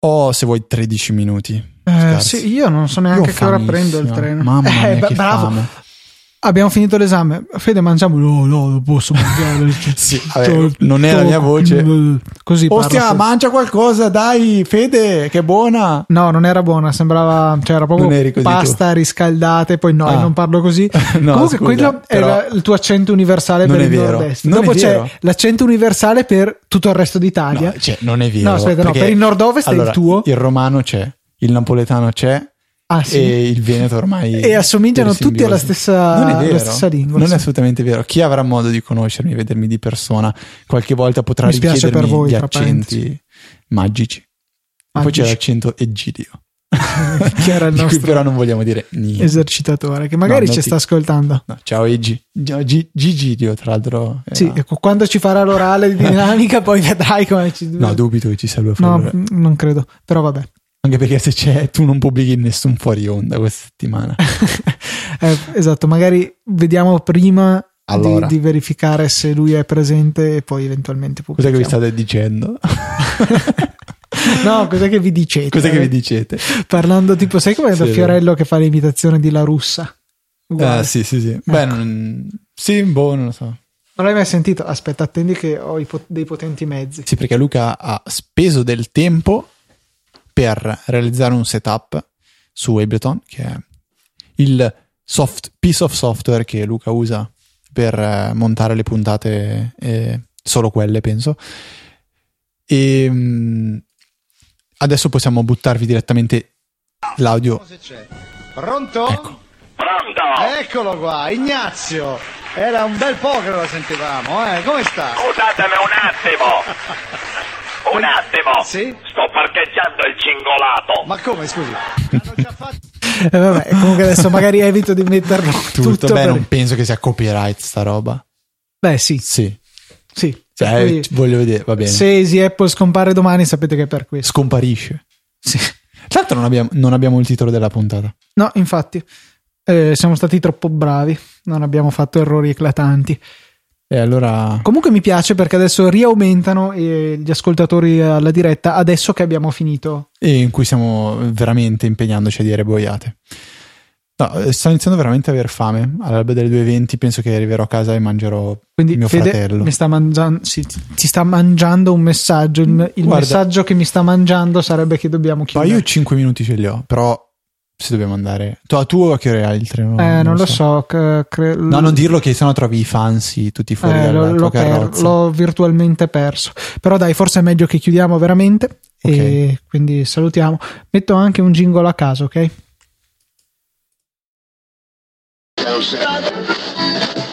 o se vuoi 13 minuti. Eh, Scarsi. sì, io non so neanche Io che ora famissimo. prendo il treno. Mamma mia, Eh, bra- che bravo. fame. Abbiamo finito l'esame. Fede, mangiamo. No, no, non posso mangiare. Cioè, Sì, vabbè, non è la mia voce. Così parla Ostia, Fede. mangia qualcosa, dai, Fede, che buona. No, non era buona, sembrava, cioè era Non eri proprio così pasta riscaldata e poi no, Ah. io non parlo così. No, Comunque scusa, quello però- era il tuo accento universale Non per è il vero, nord-est. non è Dopo vero. c'è l'accento universale per tutto il resto d'Italia. No, cioè, non è vero. No, aspetta, no, perché- per il nord-ovest è il allora, tuo. Il romano c'è, il napoletano c'è ah, sì. e il veneto ormai. E assomigliano per tutti alla simbiosi. stessa- Non è vero, alla stessa lingua, Non sì. è assolutamente vero. Chi avrà modo di conoscermi, vedermi di persona, qualche volta potrà Mi spiace richiedermi per voi, gli tra accenti magici. E poi Magici. c'è l'accento egidio, che era il di cui nostro però non vogliamo dire niente. esercitatore, che magari No, ci no, sta ti- ascoltando. No, ciao Egi. Gi- Gi- Gigidio, tra l'altro. era- Sì, ecco, quando ci farà l'orale di dinamica, poi vedrai come ci No, dubito che ci serve No, fare. l'ora- mh, non credo, però vabbè. Anche perché se c'è, tu non pubblichi nessun fuori onda questa settimana. Eh, esatto, magari vediamo prima di- Allora. di, verificare se lui è presente e poi eventualmente Cos'è che pubblichiamo. vi state dicendo? No, cos'è che vi dicete? Cos'è che vi dicete? Parlando tipo, sai come da Sì, Fiorello che fa l'imitazione di La Russa? Uguale. Ecco. Ah, sì, sì, sì. Beh, non- sì, boh, non lo so. Non l'hai mai sentito? Aspetta, attendi che ho i po- dei potenti mezzi. Sì, perché Luca ha speso del tempo per realizzare un setup su Ableton, che è il soft- piece of software che Luca usa per eh, montare le puntate, eh, solo quelle penso. E mm, adesso possiamo buttarvi direttamente l'audio. Cosa c'è? Pronto? Ecco. Pronto? Eccolo qua, Ignazio. Era un bel po' che non la sentivamo, eh? Come sta? Scusatemi un attimo. Un attimo. Sì? Sto parcheggiando il cingolato. Ma come, scusi? Eh, vabbè, comunque adesso magari evito di metterlo tutto. Tutto, beh, per- non penso che sia copyright sta roba. Beh, sì, Sì, sì. Cioè, Quindi, ci- voglio vedere, va bene. se Easy Apple scompare domani, sapete che è per questo. Scomparisce. Sì. Tra l'altro non abbiamo, non abbiamo il titolo della puntata. No, infatti, eh, siamo stati troppo bravi, non abbiamo fatto errori eclatanti. E allora... Comunque mi piace perché adesso riaumentano eh, gli ascoltatori alla diretta adesso che abbiamo finito. e in cui stiamo veramente impegnandoci a dire boiate. No, eh, sto iniziando veramente a aver fame. All'alba delle 2.20 penso che arriverò a casa e mangerò Quindi mio Fede fratello. mi sta mangiando, sì, ti ti sta mangiando un messaggio. Il, il Guarda- messaggio che mi sta mangiando sarebbe che dobbiamo Ma chiudere. io 5 minuti ce li ho, però se dobbiamo andare... Tu, tu a che ora hai il treno? eh, non lo so. che- cre- No, non dirlo che sennò trovi i fansi tutti fuori eh, dalla l'ho, tua l'ho per- carrozza. l'ho virtualmente perso. Però dai, forse è meglio che chiudiamo veramente. E quindi salutiamo. Metto anche un jingle a caso, ok? Pronto?